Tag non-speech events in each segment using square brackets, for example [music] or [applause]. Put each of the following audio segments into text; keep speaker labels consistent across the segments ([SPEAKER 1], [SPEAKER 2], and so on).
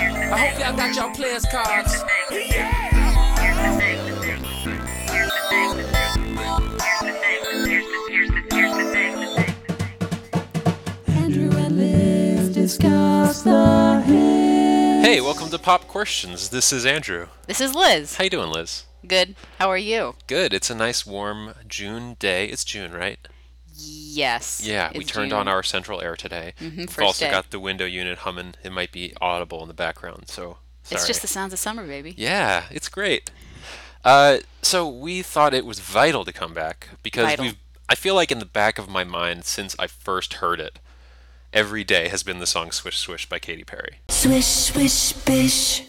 [SPEAKER 1] I got y'all players cards.
[SPEAKER 2] Andrew and Liz discuss the hit.
[SPEAKER 3] Hey, welcome to Pop Questions. This is Andrew.
[SPEAKER 4] This is Liz.
[SPEAKER 3] How you doing, Liz?
[SPEAKER 4] Good. How are you?
[SPEAKER 3] Good. It's a nice warm June day. It's June, right?
[SPEAKER 4] Yes.
[SPEAKER 3] Yeah, we
[SPEAKER 4] it's
[SPEAKER 3] turned
[SPEAKER 4] June.
[SPEAKER 3] on our central air today. Mm-hmm, We've
[SPEAKER 4] first
[SPEAKER 3] also
[SPEAKER 4] day.
[SPEAKER 3] got the window unit humming. It might be audible in the background, so sorry.
[SPEAKER 4] It's just the sounds of summer, baby.
[SPEAKER 3] Yeah, it's great. Uh, so we thought it was vital to come back because
[SPEAKER 4] Vital.
[SPEAKER 3] we've. I feel like in the back of my mind since I first heard it, every day has been the song "Swish Swish" by Katy Perry.
[SPEAKER 2] Swish, swish, bish.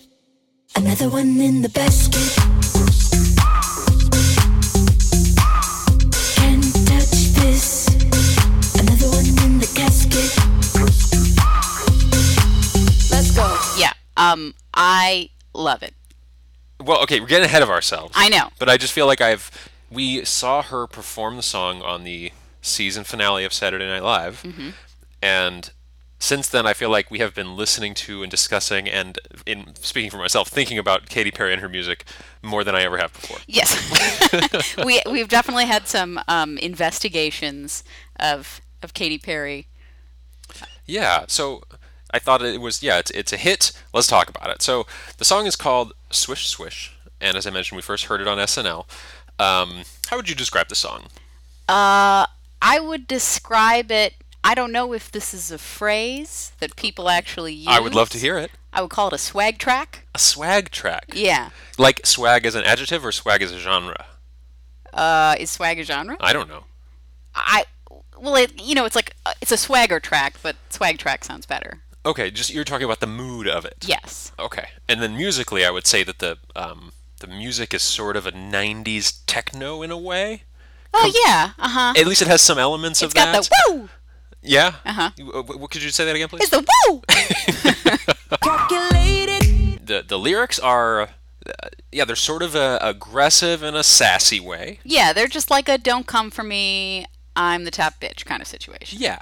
[SPEAKER 2] Another one in the basket. Can't touch this. Another one in the casket. Let's go.
[SPEAKER 4] Yeah. Um, I love it.
[SPEAKER 3] Well, okay, we're getting ahead of ourselves.
[SPEAKER 4] I know.
[SPEAKER 3] But I just feel like I've we saw her perform the song on the season finale of Saturday Night Live, and since then I feel like we have been listening to and discussing and in speaking for myself, thinking about Katy Perry and her music more than I ever have before.
[SPEAKER 4] Yes.
[SPEAKER 3] [laughs]
[SPEAKER 4] we we've definitely had some um, investigations of of Katy Perry.
[SPEAKER 3] Yeah, so I thought it was yeah, it's it's a hit. Let's talk about it. So the song is called Swish Swish, and as I mentioned, we first heard it on SNL. Um, how would you describe the song?
[SPEAKER 4] Uh, I would describe it. I don't know if this is a phrase that people actually use.
[SPEAKER 3] I would love to hear it.
[SPEAKER 4] I would call it a swag track.
[SPEAKER 3] A swag track.
[SPEAKER 4] Yeah.
[SPEAKER 3] Like swag as an adjective or swag as a genre?
[SPEAKER 4] Uh, is swag a genre?
[SPEAKER 3] I don't know.
[SPEAKER 4] I well, it, you know, it's like uh, it's a swagger track, but swag track sounds better.
[SPEAKER 3] Okay, just you're talking about the mood of it.
[SPEAKER 4] Yes.
[SPEAKER 3] Okay, and then musically, I would say that the um, the music is sort of a '90s techno in a way.
[SPEAKER 4] Oh yeah. Uh huh.
[SPEAKER 3] At least it has some elements
[SPEAKER 4] It's
[SPEAKER 3] of
[SPEAKER 4] got
[SPEAKER 3] that.
[SPEAKER 4] the woo.
[SPEAKER 3] yeah.
[SPEAKER 4] Uh-huh.
[SPEAKER 3] You- Uh What could you say that again, please?
[SPEAKER 4] It's the woo.
[SPEAKER 3] the the lyrics are, uh, yeah, they're sort of a aggressive in a sassy way.
[SPEAKER 4] Yeah, they're just like a don't come for me, I'm the top bitch kind of situation.
[SPEAKER 3] Yeah.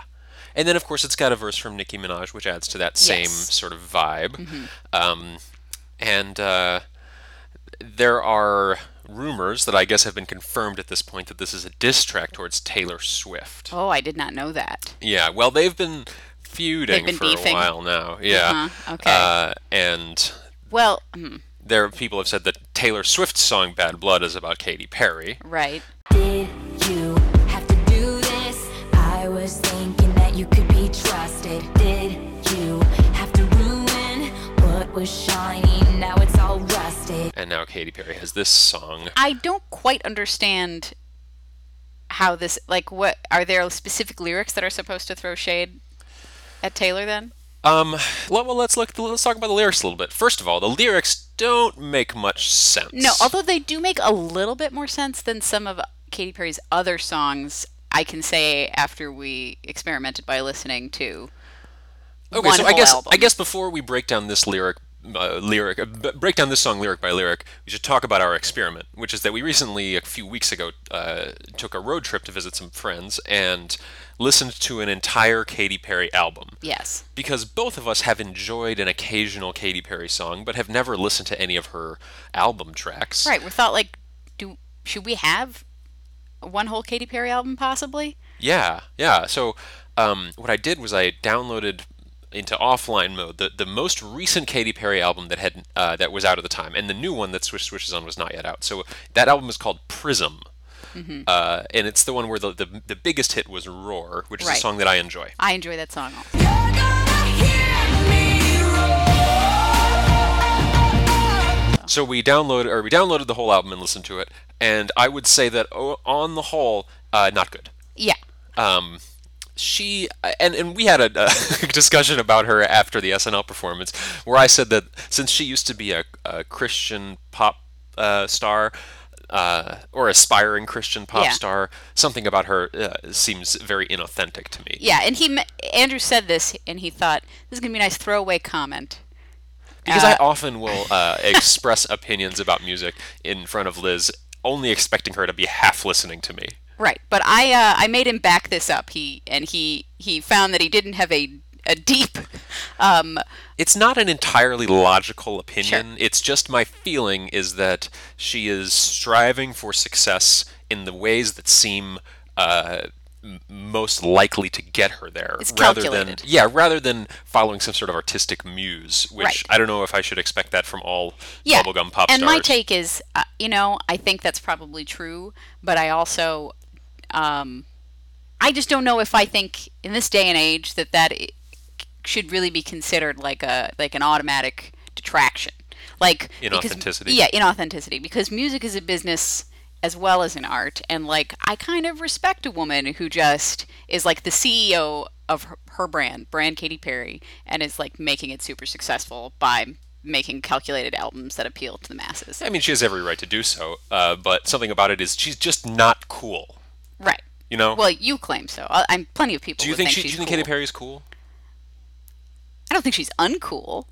[SPEAKER 3] And then, of course, it's got a verse from Nicki Minaj, which adds to that same
[SPEAKER 4] Yes. Mm-hmm.
[SPEAKER 3] sort of vibe. Um, and uh, there are rumors that I guess have been confirmed at this point that this is a diss track towards Taylor Swift.
[SPEAKER 4] Oh, I did not know that.
[SPEAKER 3] Yeah, well, they've been feuding
[SPEAKER 4] been
[SPEAKER 3] for
[SPEAKER 4] beefing.
[SPEAKER 3] a while now. Yeah.
[SPEAKER 4] Uh-huh, okay.
[SPEAKER 3] Uh, and
[SPEAKER 4] Well, mm,
[SPEAKER 3] there are people have said that Taylor Swift's song "Bad Blood" is about Katy Perry.
[SPEAKER 4] right.
[SPEAKER 5] Did you have to do this? I was thinking that you could be trusted. Did you have to ruin what was shining? Now it's all rusted.
[SPEAKER 3] And now Katy Perry has this song.
[SPEAKER 4] I don't quite understand how this like what are there specific lyrics that are supposed to throw shade at Taylor then?
[SPEAKER 3] Um, well, well, let's look. Let's talk about the lyrics a little bit. First of all, the lyrics don't make much sense.
[SPEAKER 4] No, although they do make a little bit more sense than some of Katy Perry's other songs. I can say after we experimented by listening to
[SPEAKER 3] okay,
[SPEAKER 4] one
[SPEAKER 3] so I
[SPEAKER 4] whole
[SPEAKER 3] guess
[SPEAKER 4] album.
[SPEAKER 3] I guess before we break down this lyric, uh, lyric, uh, b- break down this song lyric by lyric, we should talk about our experiment, which is that we recently, a few weeks ago, uh, took a road trip to visit some friends and listened to an entire Katy Perry album.
[SPEAKER 4] yes.
[SPEAKER 3] because both of us have enjoyed an occasional Katy Perry song, but have never listened to any of her album tracks.
[SPEAKER 4] Right. We thought like, do should we have one whole Katy Perry album possibly?
[SPEAKER 3] Yeah, yeah. So um, what I did was I downloaded into offline mode the, the most recent Katy Perry album that had uh, that was out at the time, and the new one that Swish Swish is on was not yet out. So that album is called Prism. Uh, and it's the one where the, the the biggest hit was "Roar," which is
[SPEAKER 4] Right.
[SPEAKER 3] a song that I enjoy.
[SPEAKER 4] I enjoy that song. also.
[SPEAKER 3] So we downloaded or we downloaded the whole album and listened to it, and I would say that o- on the whole, uh, not good.
[SPEAKER 4] Yeah.
[SPEAKER 3] um, she and and we had a, a [laughs] discussion about her after the SNL performance, where I said that since she used to be a, a Christian pop uh, star. Uh, or aspiring Christian pop
[SPEAKER 4] Yeah.
[SPEAKER 3] star, something about her uh, seems very inauthentic to me.
[SPEAKER 4] Yeah. And he me- Andrew said this, and he thought this is gonna be a nice throwaway comment.
[SPEAKER 3] Because
[SPEAKER 4] Uh,
[SPEAKER 3] I often will uh, [laughs] express opinions about music in front of Liz, only expecting her to be half listening to me.
[SPEAKER 4] Right. But I uh, I made him back this up. He and he he found that he didn't have a a deep Um,
[SPEAKER 3] it's not an entirely logical opinion. It's just my feeling is that she is striving for success in the ways that seem uh, m- most likely to get her there,
[SPEAKER 4] It's
[SPEAKER 3] than
[SPEAKER 4] calculated.
[SPEAKER 3] yeah, rather than following some sort of artistic muse. Which
[SPEAKER 4] Right.
[SPEAKER 3] I don't know if I should expect that from all
[SPEAKER 4] yeah.
[SPEAKER 3] bubblegum pop
[SPEAKER 4] and
[SPEAKER 3] stars.
[SPEAKER 4] my take is, uh, you know, I think that's probably true, but I also, um, I just don't know if I think in this day and age that that i- should really be considered like a like an automatic detraction, like because-
[SPEAKER 3] Inauthenticity.
[SPEAKER 4] yeah, uh, inauthenticity because music is a business as well as an art, and like I kind of respect a woman who just is like the CEO of her, her brand, brand Katy Perry, and is like making it super successful by making calculated albums that appeal to the masses.
[SPEAKER 3] I mean, she has every right to do so, uh, but something about it is she's just not cool.
[SPEAKER 4] Right.
[SPEAKER 3] You know?
[SPEAKER 4] Well, you claim so. I, I'm plenty of people.
[SPEAKER 3] do you
[SPEAKER 4] who
[SPEAKER 3] think, she? Do
[SPEAKER 4] she's
[SPEAKER 3] you think
[SPEAKER 4] cool.
[SPEAKER 3] Katy Perry is cool? [sighs]
[SPEAKER 4] I don't think she's uncool.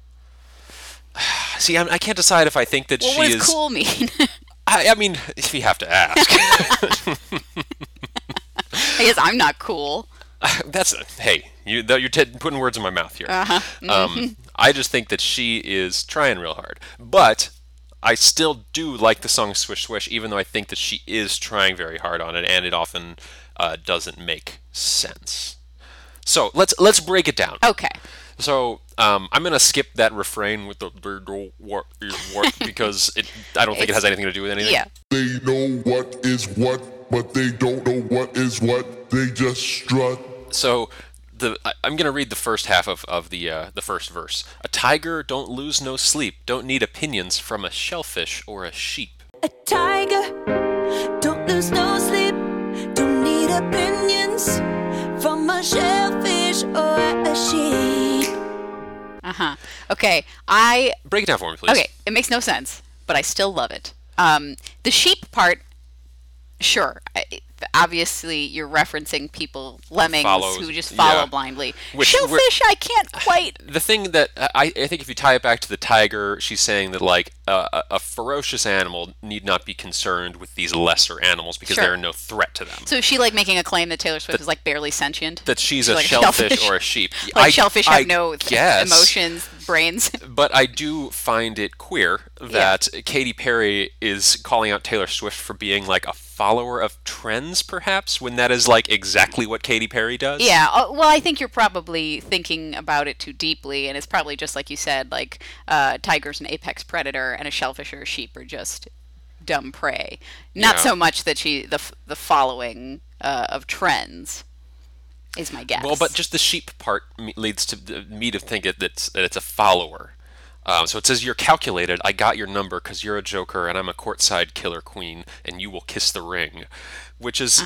[SPEAKER 3] See, I'm, I can't decide if I think that
[SPEAKER 4] Well,
[SPEAKER 3] she
[SPEAKER 4] what does
[SPEAKER 3] is.
[SPEAKER 4] cool mean? [laughs]
[SPEAKER 3] I, I mean, [laughs] if you have to ask.
[SPEAKER 4] I guess I'm not cool.
[SPEAKER 3] That's a, hey, you though you're t- putting words in my mouth here. Um, I just think that she is trying real hard, but I still do like the song "Swish Swish," even though I think that she is trying very hard on it, and it often uh, doesn't make sense. So let's let's break it down.
[SPEAKER 4] Okay.
[SPEAKER 3] So um, I'm gonna skip that refrain with the work because it, I don't think it has anything to do with anything.
[SPEAKER 4] Yeah.
[SPEAKER 1] They know what is what, but they don't know what is what. They just strut.
[SPEAKER 3] So the I- I'm going to read the first half of, of the uh, the first verse. A tiger don't lose no sleep, don't need opinions from a shellfish or a sheep.
[SPEAKER 2] A tiger, don't lose no sleep. Don't need opinions from a shellfish or a sheep.
[SPEAKER 4] Uh huh. Okay. I
[SPEAKER 3] Break it down for me, please.
[SPEAKER 4] Okay, it makes no sense, but I still love it. Um, the sheep part, sure. I, obviously, you're referencing people, lemmings,
[SPEAKER 3] follows-
[SPEAKER 4] who just follow
[SPEAKER 3] yeah.
[SPEAKER 4] blindly.
[SPEAKER 3] Which we're-
[SPEAKER 4] Shellfish, I can't quite. [laughs]
[SPEAKER 3] The thing that I, I think if you tie it back to the tiger, she's saying that like a, a- a ferocious animal need not be concerned with these lesser animals because
[SPEAKER 4] Sure.
[SPEAKER 3] they are no threat to them.
[SPEAKER 4] So is she like making a claim that Taylor Swift is like barely sentient?
[SPEAKER 3] that she's
[SPEAKER 4] She's
[SPEAKER 3] a
[SPEAKER 4] like a
[SPEAKER 3] shellfish,
[SPEAKER 4] shellfish.
[SPEAKER 3] or a sheep.
[SPEAKER 4] like shellfish
[SPEAKER 3] I
[SPEAKER 4] have no
[SPEAKER 3] guess.
[SPEAKER 4] emotions, brains. [laughs]
[SPEAKER 3] but I do find it queer that Katy Perry is calling out Taylor Swift for being like a follower of trends, perhaps, when that is like exactly what Katy Perry does.
[SPEAKER 4] Yeah, uh, well, I think you're probably thinking about it too deeply, and it's probably just like you said, like uh, tigers an apex predator, and a shellfish or a sheep are just dumb prey. Not
[SPEAKER 3] Yeah.
[SPEAKER 4] so much that she the f- the following uh, of trends is my guess.
[SPEAKER 3] Well, but just the sheep part me- leads to th- me to think it, that's, that it's a follower. Um, so it says, You're calculated. I got your number because you're a joker and I'm a courtside killer queen and you will kiss the ring. Which is,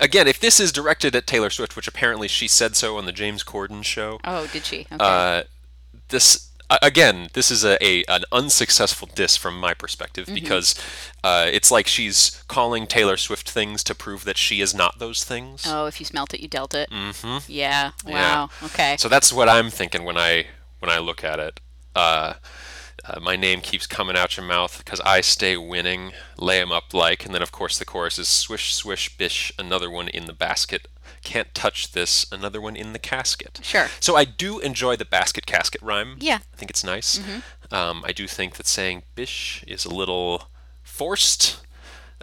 [SPEAKER 3] again, if this is directed at Taylor Swift, which apparently she said so on the James Corden show.
[SPEAKER 4] oh, did she? Okay.
[SPEAKER 3] Uh, this a- again, this is a, a an unsuccessful diss from my perspective because uh, it's like she's calling Taylor Swift things to prove that she is not those things.
[SPEAKER 4] oh, if you smelt it, you dealt it. Mm-hmm. Yeah. Wow. Okay.
[SPEAKER 3] So that's what I'm thinking when I when I look at it. Uh, uh, my name keeps coming out your mouth because I stay winning. Lay 'em up like, and then of course the chorus is swish swish bish. Another one in the basket. Can't touch this. Another one in the casket.
[SPEAKER 4] Sure.
[SPEAKER 3] So I do enjoy the basket casket rhyme.
[SPEAKER 4] Yeah. Mm-hmm.
[SPEAKER 3] I think it's nice. Um, I do think that saying bish is a little forced.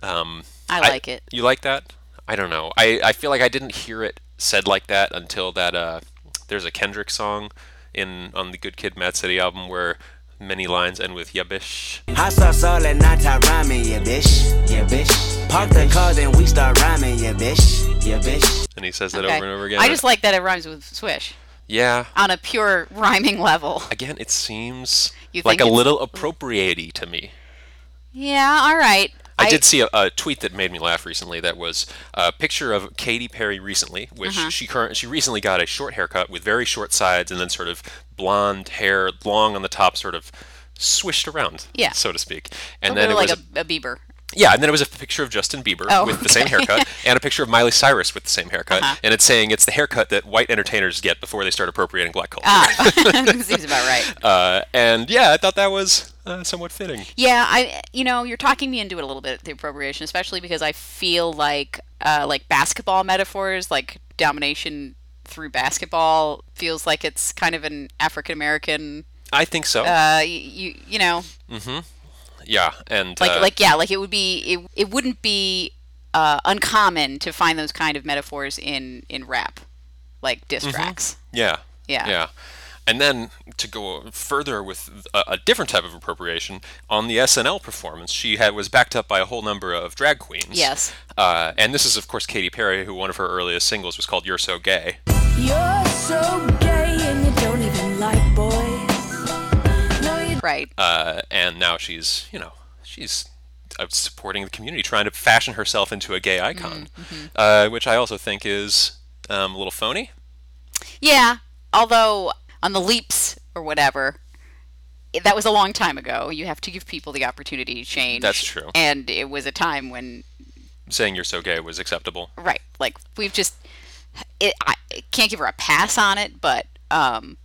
[SPEAKER 3] Um,
[SPEAKER 4] I like it.
[SPEAKER 3] You like that? I don't know. I, I feel like I didn't hear it said like that until that uh, there's a Kendrick song in on the Good Kid, Mad City album where many lines end with yabish.
[SPEAKER 6] I saw soul and I taught rhyming, yeah bitch, yeah bitch. Park the car, then we start rhyming, yeah bitch, yeah bitch.
[SPEAKER 3] And he says that
[SPEAKER 4] Okay.
[SPEAKER 3] over and over again.
[SPEAKER 4] I just like that it rhymes with swish
[SPEAKER 3] yeah.
[SPEAKER 4] on a pure [laughs] rhyming level.
[SPEAKER 3] Again, it seems
[SPEAKER 4] You
[SPEAKER 3] like a
[SPEAKER 4] think it's-
[SPEAKER 3] little appropriatey to me.
[SPEAKER 4] Yeah. All right.
[SPEAKER 3] I, did see a, a tweet that made me laugh recently. That was a picture of Katy Perry recently, which
[SPEAKER 4] Uh-huh.
[SPEAKER 3] she current she recently got a short haircut with very short sides and then sort of blonde hair, long on the top, sort of swished around,
[SPEAKER 4] Yeah.
[SPEAKER 3] so to speak. And
[SPEAKER 4] A
[SPEAKER 3] then it
[SPEAKER 4] little like
[SPEAKER 3] was
[SPEAKER 4] a, a Bieber.
[SPEAKER 3] yeah, and then it was a picture of Justin Bieber
[SPEAKER 4] Oh, Uh-huh.
[SPEAKER 3] with the same
[SPEAKER 4] [laughs]
[SPEAKER 3] haircut and a picture of Miley Cyrus with the same haircut, and it's saying it's the haircut that white entertainers get before they start appropriating black culture.
[SPEAKER 4] Ah. [laughs] Seems about right.
[SPEAKER 3] Uh, and yeah, I thought that was uh, somewhat fitting.
[SPEAKER 4] Yeah, I you know you're talking me into it a little bit the appropriation, especially because I feel like uh, like basketball metaphors, like domination through basketball feels like it's kind of an African American.
[SPEAKER 3] I think so.
[SPEAKER 4] Uh, y- you you know,
[SPEAKER 3] yeah, and
[SPEAKER 4] like
[SPEAKER 3] uh,
[SPEAKER 4] like yeah, like it would be it, it wouldn't be uh, uncommon to find those kind of metaphors in in rap, like diss tracks.
[SPEAKER 3] Yeah.
[SPEAKER 4] Yeah.
[SPEAKER 3] Yeah. And then to go further with a, a different type of appropriation on the SNL performance, she had was backed up by a whole number of drag queens.
[SPEAKER 4] Yes.
[SPEAKER 3] Uh, and this is of course Katy Perry, who one of her earliest singles was called "You're So Gay."
[SPEAKER 2] You're so gay and you don't even like boys. No, you
[SPEAKER 4] Right.
[SPEAKER 3] Uh, and now she's you know she's uh, supporting the community, trying to fashion herself into a gay icon,
[SPEAKER 4] Mm-hmm.
[SPEAKER 3] uh, which I also think is um, a little phony.
[SPEAKER 4] Yeah, although on the leaps or whatever, it- that was a long time ago. You have to give people the opportunity to change.
[SPEAKER 3] That's true.
[SPEAKER 4] And it was a time when,
[SPEAKER 3] Saying "You're So Gay" was acceptable.
[SPEAKER 4] right? Like we've just, it, I it can't give her a pass on it, but um,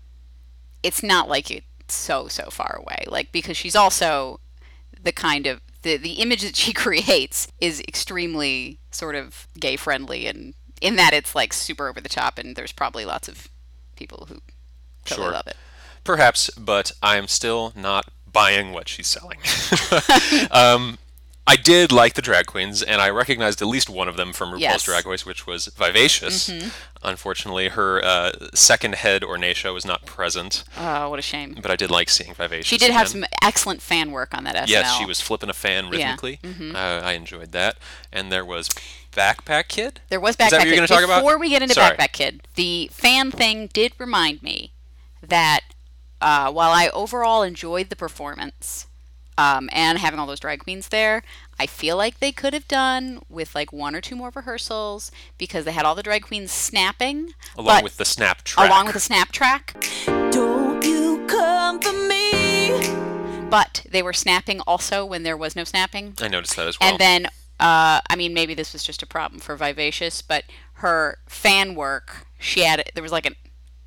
[SPEAKER 4] it's not like it's so so far away. Like because she's also the kind of the the image that she [laughs] creates is extremely sort of gay friendly, and in that it's like super over the top, and there's probably lots of people who totally
[SPEAKER 3] Sure.
[SPEAKER 4] love it.
[SPEAKER 3] Perhaps, but I'm still not buying what she's
[SPEAKER 4] [laughs]
[SPEAKER 3] selling. [laughs] um, I did like the drag queens, and I recognized at least one of them from RuPaul's
[SPEAKER 4] Yes. Mm-hmm.
[SPEAKER 3] Drag Race, which was Vivacious. Unfortunately, her uh, second head, Ornacia, was not present,
[SPEAKER 4] Oh, what a shame.
[SPEAKER 3] but I did like seeing Vivacious.
[SPEAKER 4] She did have
[SPEAKER 3] again.
[SPEAKER 4] some excellent fan work on that SNL.
[SPEAKER 3] Yes, she was flipping a fan rhythmically.
[SPEAKER 4] Mm-hmm.
[SPEAKER 3] Uh, I enjoyed that. And there was Backpack Kid.
[SPEAKER 4] There was Backpack
[SPEAKER 3] Is that what you're
[SPEAKER 4] Kid.
[SPEAKER 3] going to talk about?
[SPEAKER 4] Before we get into
[SPEAKER 3] Sorry.
[SPEAKER 4] Backpack Kid, the fan thing did remind me that uh, while I overall enjoyed the performance um, and having all those drag queens there, I feel like they could have done with like one or two more rehearsals because they had all the drag queens snapping
[SPEAKER 3] Along
[SPEAKER 4] but-
[SPEAKER 3] with the Snap track.
[SPEAKER 4] along with the snap track,
[SPEAKER 2] don't you come for me.
[SPEAKER 4] but they were snapping also when there was no snapping.
[SPEAKER 3] I noticed that as well.
[SPEAKER 4] And then, uh, I mean, maybe this was just a problem for Vivacious, but her fan work, she had there was like an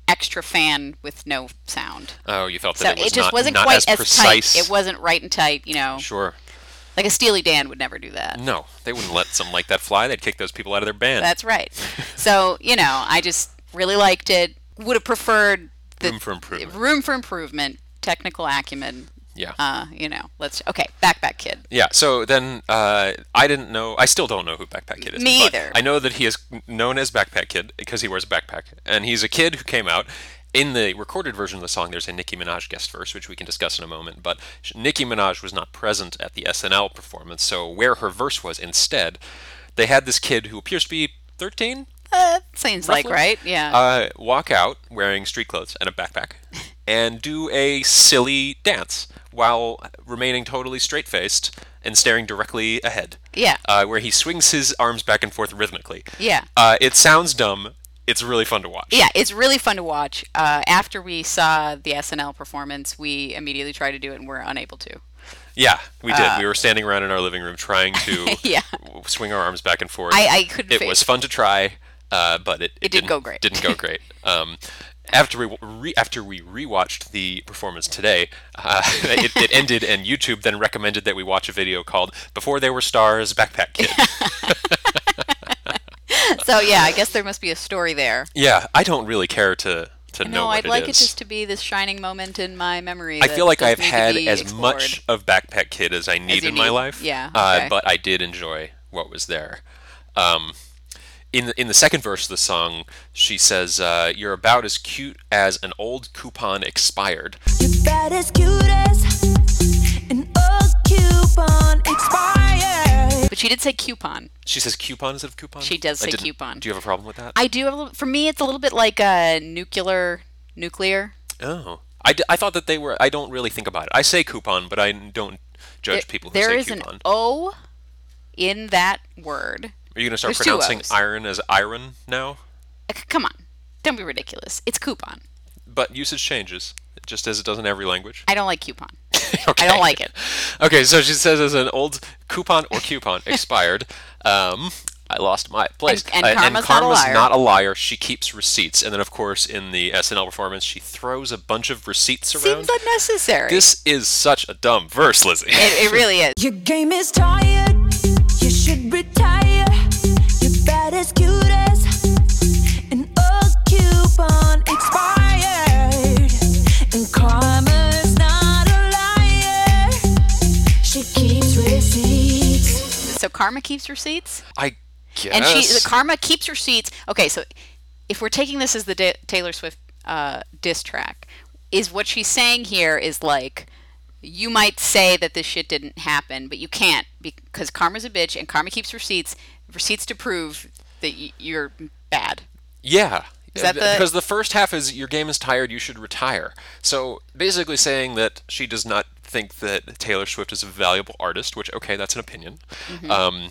[SPEAKER 4] extra fan with no sound,
[SPEAKER 3] oh, you felt
[SPEAKER 4] so
[SPEAKER 3] that
[SPEAKER 4] it,
[SPEAKER 3] it was
[SPEAKER 4] just
[SPEAKER 3] not,
[SPEAKER 4] wasn't
[SPEAKER 3] not
[SPEAKER 4] quite
[SPEAKER 3] as,
[SPEAKER 4] as
[SPEAKER 3] precise.
[SPEAKER 4] tight. It wasn't right and tight, you know.
[SPEAKER 3] Sure. Mm.
[SPEAKER 4] Like a Steely Dan would never do that.
[SPEAKER 3] No, they wouldn't let something like that fly. They'd kick those people out of their band.
[SPEAKER 4] That's right.
[SPEAKER 3] [laughs]
[SPEAKER 4] so you know, I just really liked it. Would have preferred the
[SPEAKER 3] Room for improvement.
[SPEAKER 4] room for improvement, technical acumen.
[SPEAKER 3] yeah.
[SPEAKER 4] Uh, you know, let's okay, backpack kid.
[SPEAKER 3] yeah. So then uh, I didn't know. I still don't know who Backpack Kid is.
[SPEAKER 4] Me
[SPEAKER 3] but
[SPEAKER 4] either.
[SPEAKER 3] I know that he is known as Backpack Kid because he wears a backpack, and he's a kid who came out. In the recorded version of the song, there's a Nicki Minaj guest verse, which we can discuss in a moment. But sh- Nicki Minaj was not present at the SNL performance, so where her verse was instead, they had this kid who appears to be 13,
[SPEAKER 4] Uh, seems like
[SPEAKER 3] roughly,
[SPEAKER 4] right, yeah.
[SPEAKER 3] Uh, walk out wearing street clothes and a
[SPEAKER 4] [laughs]
[SPEAKER 3] backpack, and do a silly dance while remaining totally straight faced and staring directly ahead.
[SPEAKER 4] Yeah.
[SPEAKER 3] Uh, where he swings his arms back and forth rhythmically.
[SPEAKER 4] Yeah.
[SPEAKER 3] Uh, it sounds dumb. It's really fun to watch.
[SPEAKER 4] yeah, it's really fun to watch. Uh, after we saw the SNL performance, we immediately tried to do it and were unable to.
[SPEAKER 3] Yeah, we did. we were standing around in our living room trying
[SPEAKER 4] [laughs]
[SPEAKER 3] to
[SPEAKER 4] Uh, Yeah.
[SPEAKER 3] w- swing our arms back and forth.
[SPEAKER 4] I- I couldn't
[SPEAKER 3] It
[SPEAKER 4] fake-
[SPEAKER 3] was fun to try, uh, but it, it,
[SPEAKER 4] didn't go great.
[SPEAKER 3] Didn't go
[SPEAKER 4] [laughs]
[SPEAKER 3] great. Um, after we re- after we rewatched the performance today, uh, [laughs] it, it ended, and YouTube then recommended that we watch a video called "Before They Were Stars: Backpack
[SPEAKER 4] [laughs]
[SPEAKER 3] Kid."
[SPEAKER 4] So yeah, I guess there must be a story there.
[SPEAKER 3] yeah, I don't really care to to know
[SPEAKER 4] no,
[SPEAKER 3] what
[SPEAKER 4] I'd like
[SPEAKER 3] it
[SPEAKER 4] it
[SPEAKER 3] is.
[SPEAKER 4] just to be this shining moment in my memory.
[SPEAKER 3] I
[SPEAKER 4] that
[SPEAKER 3] feel like
[SPEAKER 4] just
[SPEAKER 3] I've
[SPEAKER 4] need to
[SPEAKER 3] had
[SPEAKER 4] be
[SPEAKER 3] as much
[SPEAKER 4] explored.
[SPEAKER 3] of Backpack Kid as I need
[SPEAKER 4] you
[SPEAKER 3] in my
[SPEAKER 4] need.
[SPEAKER 3] life.
[SPEAKER 4] Yeah, okay.
[SPEAKER 3] Uh, but I did enjoy what was there. Um, in the, in the second verse of the song, she says, uh, "You're about as cute as an old coupon expired."
[SPEAKER 2] You're about as cute as an old coupon expired.
[SPEAKER 4] But she did say coupon.
[SPEAKER 3] She says coupon instead of coupon.
[SPEAKER 4] She does
[SPEAKER 3] I
[SPEAKER 4] say
[SPEAKER 3] didn't-
[SPEAKER 4] coupon.
[SPEAKER 3] Do you have a problem with that?
[SPEAKER 4] I do have a little, for me, it's a little bit like a nuclear, nuclear.
[SPEAKER 3] oh, I, d- I thought that they were. I don't really think about it. I say coupon, but I n- don't judge people who
[SPEAKER 4] There
[SPEAKER 3] say
[SPEAKER 4] is
[SPEAKER 3] coupon.
[SPEAKER 4] an O in that word.
[SPEAKER 3] Are you going to start
[SPEAKER 4] there's two
[SPEAKER 3] pronouncing
[SPEAKER 4] O's.
[SPEAKER 3] iron as iron now?
[SPEAKER 4] Like, come on, don't be ridiculous. It's coupon.
[SPEAKER 3] But usage changes, just as it does in every language.
[SPEAKER 4] I don't like coupon.
[SPEAKER 3] [laughs] Okay.
[SPEAKER 4] I don't like it.
[SPEAKER 3] Okay, so she says as an old coupon or
[SPEAKER 4] [laughs]
[SPEAKER 3] coupon expired. Um, I lost my place. Uh,
[SPEAKER 4] And- and karma's not a liar.
[SPEAKER 3] not a liar. She keeps receipts, and then of course in the SNL performance, she throws a bunch of receipts around.
[SPEAKER 4] Seems unnecessary.
[SPEAKER 3] this is such a dumb verse, Lizzie.
[SPEAKER 4] it, it really is.
[SPEAKER 2] Your game is tired. You should retire. You're about as cute as an old
[SPEAKER 4] karma keeps receipts?
[SPEAKER 3] [laughs] I guess.
[SPEAKER 4] And she, the karma keeps receipts. Okay, so if we're taking this as the da- Taylor Swift uh, diss track, is what she's saying here is like, you might say that this shit didn't happen, but you can't because karma's a bitch and karma keeps receipts, receipts to prove that y- you're bad.
[SPEAKER 3] Yeah.
[SPEAKER 4] that the-
[SPEAKER 3] Because the first half is your game is tired, you should retire. So basically saying that she does not think that Taylor Swift is a valuable artist, which okay, that's an opinion.
[SPEAKER 4] Mm-hmm.
[SPEAKER 3] Um,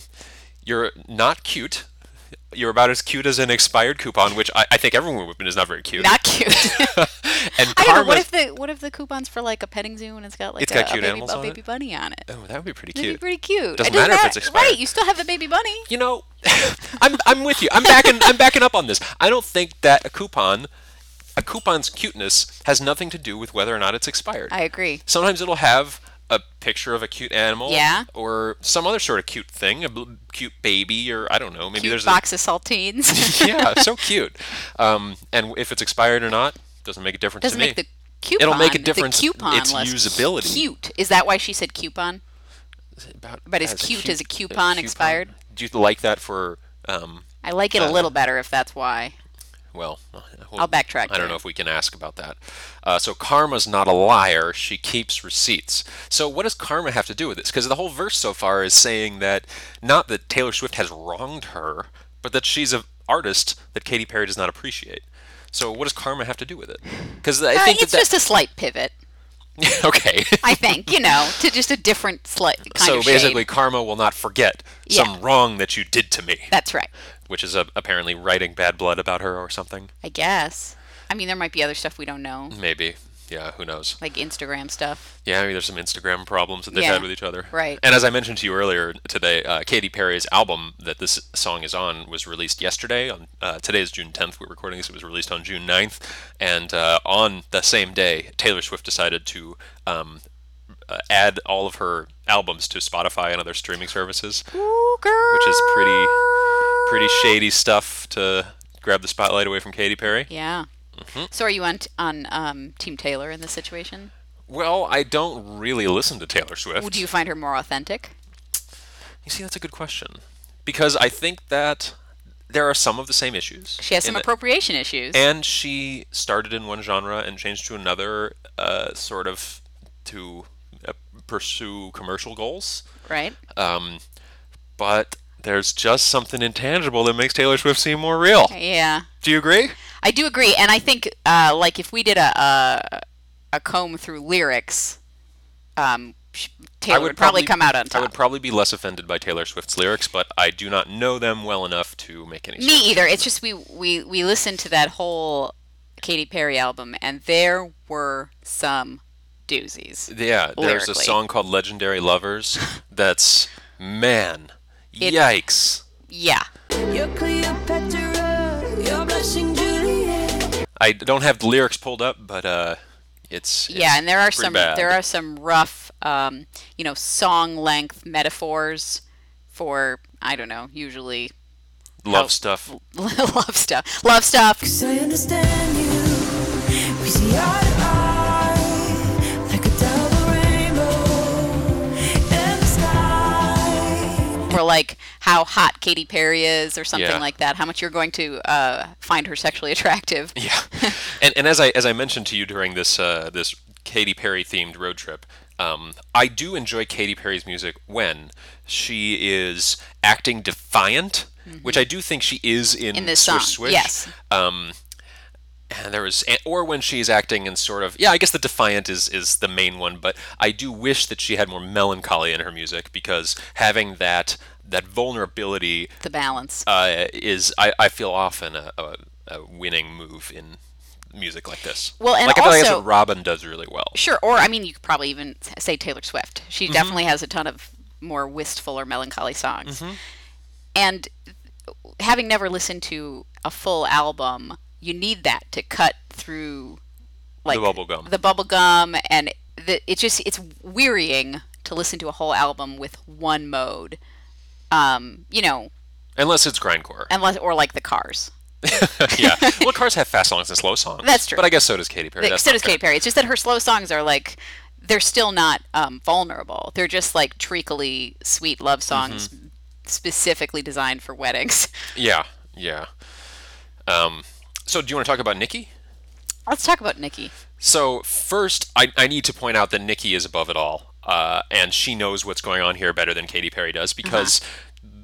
[SPEAKER 3] you're not cute. You're about as cute as an expired coupon, which I, I think everyone would is not very cute.
[SPEAKER 4] Not cute.
[SPEAKER 3] [laughs] and
[SPEAKER 4] I don't know.
[SPEAKER 3] karma.
[SPEAKER 4] What if the what if the coupon's for like a petting zoo and it's got like
[SPEAKER 3] It's
[SPEAKER 4] a,
[SPEAKER 3] got
[SPEAKER 4] a
[SPEAKER 3] cute
[SPEAKER 4] baby,
[SPEAKER 3] animals
[SPEAKER 4] a
[SPEAKER 3] on
[SPEAKER 4] baby
[SPEAKER 3] it?
[SPEAKER 4] bunny on it?
[SPEAKER 3] oh, that would be pretty
[SPEAKER 4] That'd be
[SPEAKER 3] cute.
[SPEAKER 4] pretty cute.
[SPEAKER 3] Doesn't
[SPEAKER 4] it doesn't
[SPEAKER 3] matter if it's expired.
[SPEAKER 4] Right, you still have the baby bunny.
[SPEAKER 3] you know, [laughs] I'm I'm with you. I'm backing I'm backing up on this. I don't think that a coupon, a coupon's cuteness has nothing to do with whether or not it's expired.
[SPEAKER 4] I agree.
[SPEAKER 3] Sometimes it'll have a picture of a cute animal,
[SPEAKER 4] Yeah.
[SPEAKER 3] or some other sort of cute thing, a bl- cute baby, or I don't know. Maybe
[SPEAKER 4] Cute
[SPEAKER 3] there's
[SPEAKER 4] box
[SPEAKER 3] [laughs]
[SPEAKER 4] of saltines. [laughs]
[SPEAKER 3] a [laughs] yeah, so cute. Um, and if it's expired or not, doesn't make a difference
[SPEAKER 4] Doesn't
[SPEAKER 3] to me.
[SPEAKER 4] make the coupon.
[SPEAKER 3] It'll make a
[SPEAKER 4] the
[SPEAKER 3] difference,
[SPEAKER 4] coupon
[SPEAKER 3] its
[SPEAKER 4] less
[SPEAKER 3] usability.
[SPEAKER 4] Cute. Is that why she said coupon?
[SPEAKER 3] About
[SPEAKER 4] but as cute as a coupon expired?
[SPEAKER 3] Do you like that for? Um,
[SPEAKER 4] I like it a little better if that's why.
[SPEAKER 3] Well, uh,
[SPEAKER 4] I'll
[SPEAKER 3] I
[SPEAKER 4] backtrack
[SPEAKER 3] don't
[SPEAKER 4] there.
[SPEAKER 3] know if we can ask about that. Uh, so karma's not a liar; she keeps receipts. So what does karma have to do with this? Because the whole verse so far is saying that not that Taylor Swift has wronged her, but that she's an artist that Katy Perry does not appreciate. So what does karma have to do with it? Because I
[SPEAKER 4] Uh,
[SPEAKER 3] think
[SPEAKER 4] it's
[SPEAKER 3] that,
[SPEAKER 4] just a slight pivot.
[SPEAKER 3] that [laughs]
[SPEAKER 4] [laughs]
[SPEAKER 3] okay.
[SPEAKER 4] I think you know to just a different
[SPEAKER 3] [laughs]
[SPEAKER 4] slight kind
[SPEAKER 3] so
[SPEAKER 4] of shade.
[SPEAKER 3] basically, karma will not forget some
[SPEAKER 4] Yeah.
[SPEAKER 3] wrong that you did to me,
[SPEAKER 4] That's right.
[SPEAKER 3] which is uh, apparently writing bad blood about her or something.
[SPEAKER 4] I guess. I mean, there might be other stuff we don't know,
[SPEAKER 3] Maybe. Yeah, who knows?
[SPEAKER 4] like Instagram stuff.
[SPEAKER 3] Yeah, I mean, there's some Instagram problems that they've
[SPEAKER 4] Yeah,
[SPEAKER 3] had with each other.
[SPEAKER 4] right.
[SPEAKER 3] And as I mentioned to you earlier today, uh, Katy Perry's album that this song is on was released yesterday. On uh, today is June 10th. We're recording this. It was released on June 9th, and uh, on the same day, Taylor Swift decided to um, uh, add all of her albums to Spotify and other streaming services,
[SPEAKER 4] Ooh, girl.
[SPEAKER 3] which is pretty, pretty shady stuff to grab the spotlight away from Katy Perry.
[SPEAKER 4] Yeah.
[SPEAKER 3] Mm-hmm.
[SPEAKER 4] So are you on t- on um, Team Taylor in this situation?
[SPEAKER 3] Well, I don't really listen to Taylor Swift.
[SPEAKER 4] Do you find her more authentic?
[SPEAKER 3] You see, that's a good question because I think that there are some of the same issues.
[SPEAKER 4] She has some
[SPEAKER 3] in it.
[SPEAKER 4] appropriation issues.
[SPEAKER 3] and she started in one genre and changed to another, uh, sort of to uh, pursue commercial goals.
[SPEAKER 4] right?
[SPEAKER 3] Um, but there's just something intangible that makes Taylor Swift seem more real.
[SPEAKER 4] Yeah.
[SPEAKER 3] Do you agree?
[SPEAKER 4] I do agree, and I think uh, like if we did a a, a comb through lyrics, um, sh- Taylor
[SPEAKER 3] I
[SPEAKER 4] would, probably, come out on
[SPEAKER 3] I
[SPEAKER 4] top.
[SPEAKER 3] would probably be less offended by Taylor Swift's lyrics, but I do not know them well enough to make any.
[SPEAKER 4] Me either. It's just we we we listened to that whole Katy Perry album, and there were some doozies.
[SPEAKER 3] Yeah, there's a
[SPEAKER 4] lyrically.
[SPEAKER 3] song called Legendary
[SPEAKER 4] [laughs]
[SPEAKER 3] Lovers that's man. yikes.
[SPEAKER 4] Yeah.
[SPEAKER 2] You're Cleopatra, you're blushing Juliet.
[SPEAKER 3] I don't have the lyrics pulled up, but uh it's,
[SPEAKER 4] yeah
[SPEAKER 3] it's
[SPEAKER 4] and there are
[SPEAKER 3] pretty
[SPEAKER 4] some
[SPEAKER 3] bad.
[SPEAKER 4] there are some rough um, you know song length metaphors for i don't know usually [laughs]
[SPEAKER 3] love
[SPEAKER 4] out-
[SPEAKER 3] stuff.
[SPEAKER 4] love stuff love stuff
[SPEAKER 2] So I understand you. We see eye to eye, like a double rainbow in the sky.
[SPEAKER 4] or like how hot Katy Perry is or something
[SPEAKER 3] Yeah.
[SPEAKER 4] like that how much you're going to uh, find her sexually [laughs] attractive
[SPEAKER 3] [laughs] Yeah. and and as I as I mentioned to you during this uh this Katy Perry themed road trip, um I do enjoy Katy Perry's music when she is acting defiant, which I do think she is in,
[SPEAKER 4] Mm-hmm. In this
[SPEAKER 3] Swish
[SPEAKER 4] song,
[SPEAKER 3] Swish.
[SPEAKER 4] yes.
[SPEAKER 3] Um and there was and- or when she's acting in sort of yeah i guess the defiant is is the main one but i do wish that she had more melancholy in her music because having that that vulnerability
[SPEAKER 4] the balance
[SPEAKER 3] uh, is I, I feel often a, a, a winning move in music like this
[SPEAKER 4] Well, and
[SPEAKER 3] like i feel like that's
[SPEAKER 4] also-
[SPEAKER 3] what robin does really well
[SPEAKER 4] sure or i mean you could probably even s- say Taylor Swift she
[SPEAKER 3] Mm-hmm.
[SPEAKER 4] definitely has a ton of more wistful or melancholy songs
[SPEAKER 3] Mm-hmm.
[SPEAKER 4] and having never listened to a full album, you need that to cut through like
[SPEAKER 3] bubble gum.
[SPEAKER 4] The bubble gum and the, it just it's wearying to listen to a whole album with one mode. Um, you know,
[SPEAKER 3] unless it's grindcore [laughs]
[SPEAKER 4] unless or like the Cars.
[SPEAKER 3] yeah well cars have fast songs and slow songs
[SPEAKER 4] That's true.
[SPEAKER 3] but i guess so does katy perry
[SPEAKER 4] Like,
[SPEAKER 3] That's
[SPEAKER 4] so
[SPEAKER 3] not
[SPEAKER 4] does Katy
[SPEAKER 3] fair.
[SPEAKER 4] Perry. It's just that her slow songs are like
[SPEAKER 3] Mm-hmm.
[SPEAKER 4] they're still not um, vulnerable. They're just like treacly sweet love songs specifically designed for weddings. [laughs]
[SPEAKER 3] Yeah, yeah. Um, so do you want to talk about Nikki?
[SPEAKER 4] Let's talk about Nikki.
[SPEAKER 3] So first, I, I need to point out that Nikki is above it all, uh, and she knows what's going on here better than Katy Perry does
[SPEAKER 4] Uh-huh.
[SPEAKER 3] because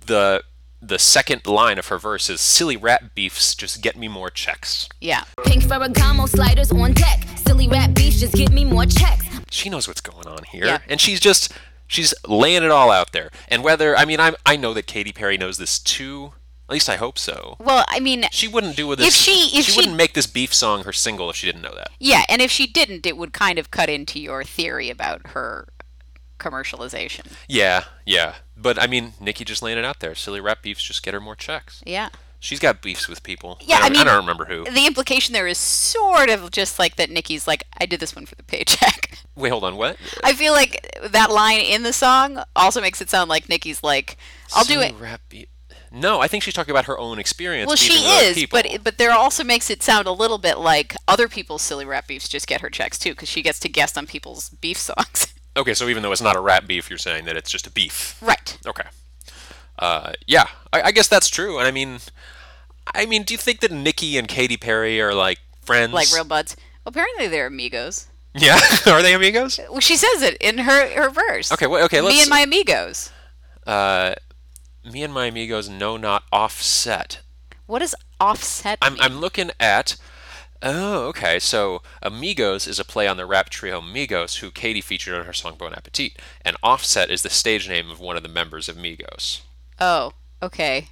[SPEAKER 3] the the second line of her verse is "silly rap beefs, just get me more checks."
[SPEAKER 4] Yeah.
[SPEAKER 5] Pink Ferragamo sliders on deck. Silly rap beef, just give me more checks.
[SPEAKER 3] She knows what's going on here,
[SPEAKER 4] Yeah.
[SPEAKER 3] and she's just she's laying it all out there. And whether I mean I I know that Katy Perry knows this too. At least I hope so.
[SPEAKER 4] Well, I mean,
[SPEAKER 3] She wouldn't do this.
[SPEAKER 4] If she- if she-
[SPEAKER 3] wouldn't make this beef song her single if she didn't know that.
[SPEAKER 4] yeah, and if she didn't, it would kind of cut into your theory about her commercialization.
[SPEAKER 3] Yeah, yeah. But I mean, Nikki just laying it out there. Silly rap beefs just get her more checks.
[SPEAKER 4] Yeah.
[SPEAKER 3] She's got beefs with people.
[SPEAKER 4] Yeah,
[SPEAKER 3] I, don't,
[SPEAKER 4] I mean-
[SPEAKER 3] don't remember who.
[SPEAKER 4] The implication there is sort of just like that Nikki's like, I did this one for the paycheck. [laughs]
[SPEAKER 3] Wait, hold on. What?
[SPEAKER 4] I feel like that line in the song also makes it sound like Nikki's like, I'll do
[SPEAKER 3] Silly
[SPEAKER 4] it.
[SPEAKER 3] Rap beef. No, I think she's talking about her own experience.
[SPEAKER 4] Well, she
[SPEAKER 3] beefing with other
[SPEAKER 4] is,
[SPEAKER 3] people.
[SPEAKER 4] but it- but there also makes it sound a little bit like other people's silly rap beefs just get her checks too, because she gets to guest on people's beef songs. [laughs]
[SPEAKER 3] okay. So even though it's not a rap beef, you're saying that it's just a beef.
[SPEAKER 4] right.
[SPEAKER 3] Okay. Uh, yeah, I, I guess that's true. And I mean, I mean, do you think that Nikki and Katy Perry are like friends?
[SPEAKER 4] Like real buds. Apparently they're amigos.
[SPEAKER 3] [laughs] Yeah, [laughs] are they amigos?
[SPEAKER 4] Well, she says it in her her verse.
[SPEAKER 3] Okay, well, okay. Let's.
[SPEAKER 4] Uh, Me and my amigos.
[SPEAKER 3] uh, me and my amigos. No, not offset.
[SPEAKER 4] What is offset?
[SPEAKER 3] I'm,
[SPEAKER 4] mean?
[SPEAKER 3] I'm looking at. Oh, okay. So Amigos is a play on the rap trio Migos, who Katie featured on her song Bon Appetit, and Offset is the stage name of one of the members of Migos.
[SPEAKER 4] oh, okay.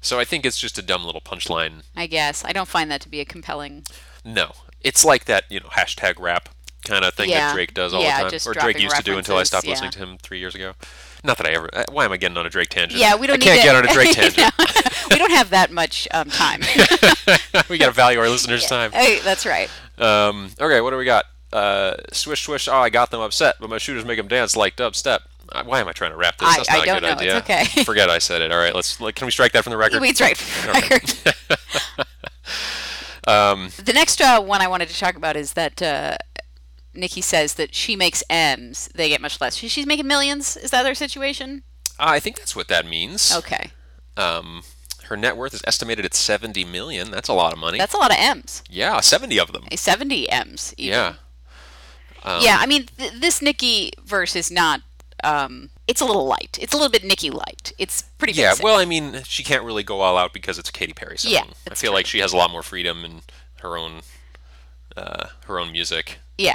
[SPEAKER 3] So I think it's just a dumb little punchline.
[SPEAKER 4] I guess I don't find that to be a compelling.
[SPEAKER 3] No, it's like that you know hashtag rap kind of thing that
[SPEAKER 4] Yeah.
[SPEAKER 3] Drake does all
[SPEAKER 4] Yeah,
[SPEAKER 3] the time,
[SPEAKER 4] just
[SPEAKER 3] or Drake
[SPEAKER 4] dropping
[SPEAKER 3] used to do until I
[SPEAKER 4] references,
[SPEAKER 3] stopped
[SPEAKER 4] yeah.
[SPEAKER 3] listening to him three years ago. Not that I ever. uh, Why am I getting on a Drake tangent?
[SPEAKER 4] Yeah, we don't
[SPEAKER 3] I
[SPEAKER 4] need
[SPEAKER 3] can't
[SPEAKER 4] to-
[SPEAKER 3] get on a
[SPEAKER 4] [laughs]
[SPEAKER 3] Drake tangent.
[SPEAKER 4] we don't have that much
[SPEAKER 3] [laughs]
[SPEAKER 4] um, time.
[SPEAKER 3] we got to value our listeners' time.
[SPEAKER 4] hey, that's right.
[SPEAKER 3] Um, okay, what do we got? Uh, swish, swish. Oh, I got them upset, but my shooters make them dance like dubstep. Uh, Why am I trying to wrap this?
[SPEAKER 4] I-
[SPEAKER 3] That's
[SPEAKER 4] I
[SPEAKER 3] not a
[SPEAKER 4] don't
[SPEAKER 3] good
[SPEAKER 4] know.
[SPEAKER 3] idea.
[SPEAKER 4] It's
[SPEAKER 3] [laughs]
[SPEAKER 4] okay.
[SPEAKER 3] Forget I said it. All right, let's. Like, can we strike that from the record?
[SPEAKER 4] Wait, it's right. [laughs]
[SPEAKER 3] Um,
[SPEAKER 4] the next uh, one I wanted to talk about is that uh, Nikki says that she makes M's, they get much less. She- She's making millions. Is that their situation?
[SPEAKER 3] Ah, I think that's what that means.
[SPEAKER 4] Okay,
[SPEAKER 3] Um, her net worth is estimated at seventy million. That's a lot of money.
[SPEAKER 4] that's a lot of M's.
[SPEAKER 3] yeah, seventy of them.
[SPEAKER 4] Seventy M's. Even.
[SPEAKER 3] Yeah. um,
[SPEAKER 4] yeah. I mean, th- this Nikki verse is not. Um, it's a little light. It's a little bit Nikki light. It's pretty.
[SPEAKER 3] Yeah.
[SPEAKER 4] basic.
[SPEAKER 3] Well, I mean, she can't really go all out because it's a Katy Perry song.
[SPEAKER 4] Yeah,
[SPEAKER 3] I
[SPEAKER 4] that's
[SPEAKER 3] feel like she has a lot more freedom in her own, uh, her own music.
[SPEAKER 4] Yeah.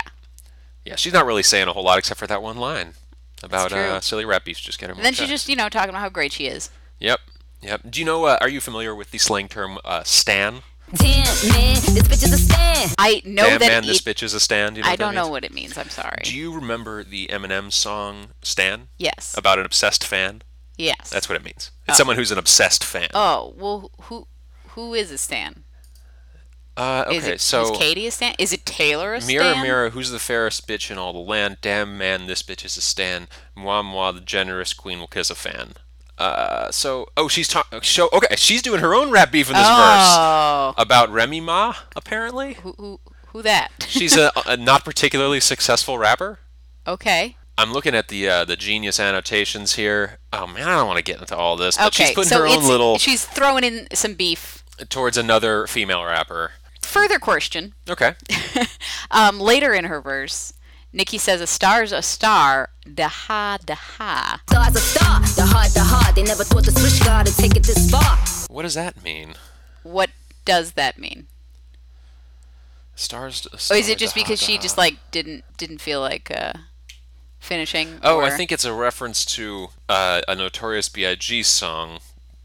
[SPEAKER 3] Yeah, she's not really saying a whole lot except for that one line about
[SPEAKER 4] true.
[SPEAKER 3] uh, silly rap beefs. Just get her.
[SPEAKER 4] And then she just, you know, talking about how great she is.
[SPEAKER 3] Yep. Yep. Do you know? Uh, are you familiar with the slang term uh, "stan"?
[SPEAKER 5] Damn, man, this bitch is a stan.
[SPEAKER 4] I know
[SPEAKER 3] Damn
[SPEAKER 4] that.
[SPEAKER 3] man, this
[SPEAKER 4] it-
[SPEAKER 3] bitch is a stan. Do you know
[SPEAKER 4] I
[SPEAKER 3] what that
[SPEAKER 4] don't know
[SPEAKER 3] means?
[SPEAKER 4] what it means. I'm sorry.
[SPEAKER 3] Do you remember the Eminem song "Stan"
[SPEAKER 4] yes.
[SPEAKER 3] about an obsessed fan?
[SPEAKER 4] yes.
[SPEAKER 3] That's what it means. It's someone who's an obsessed fan.
[SPEAKER 4] Uh. Oh well, who who is a stan?
[SPEAKER 3] uh, okay,
[SPEAKER 4] Is it,
[SPEAKER 3] so
[SPEAKER 4] is Katie a stan? Is it Taylor a
[SPEAKER 3] Mirror,
[SPEAKER 4] stan?
[SPEAKER 3] mirror, who's the fairest bitch in all the land? Damn man, this bitch is a stan. Moi, moi, the generous queen will kiss a fan. Uh, so, oh, she's talking. So, okay, she's doing her own rap beef in this
[SPEAKER 4] Oh.
[SPEAKER 3] verse about Remy Ma. Apparently,
[SPEAKER 4] Who [laughs] who
[SPEAKER 3] [laughs]
[SPEAKER 4] who that?
[SPEAKER 3] she's a, a not particularly successful rapper.
[SPEAKER 4] okay.
[SPEAKER 3] I'm looking at the uh, the genius annotations here. Oh man, I don't want to get into all this, but
[SPEAKER 4] okay.
[SPEAKER 3] she's putting
[SPEAKER 4] so
[SPEAKER 3] her own
[SPEAKER 4] it's-
[SPEAKER 3] little
[SPEAKER 4] She's throwing in some beef.
[SPEAKER 3] towards another female rapper.
[SPEAKER 4] Further question.
[SPEAKER 3] Okay,
[SPEAKER 4] [laughs] Um, later in her verse, Nikki says, "A star's a star. Da ha da ha."
[SPEAKER 5] Stars a star, the heart, the heart. They never thought the switch guard would take it this far.
[SPEAKER 3] what does that mean?
[SPEAKER 4] What does that mean?
[SPEAKER 3] Stars. uh,
[SPEAKER 4] Or is it just because she just like didn't didn't feel like uh, finishing?
[SPEAKER 3] Oh, I
[SPEAKER 4] or-
[SPEAKER 3] think it's a reference to uh, a Notorious B.I.G. song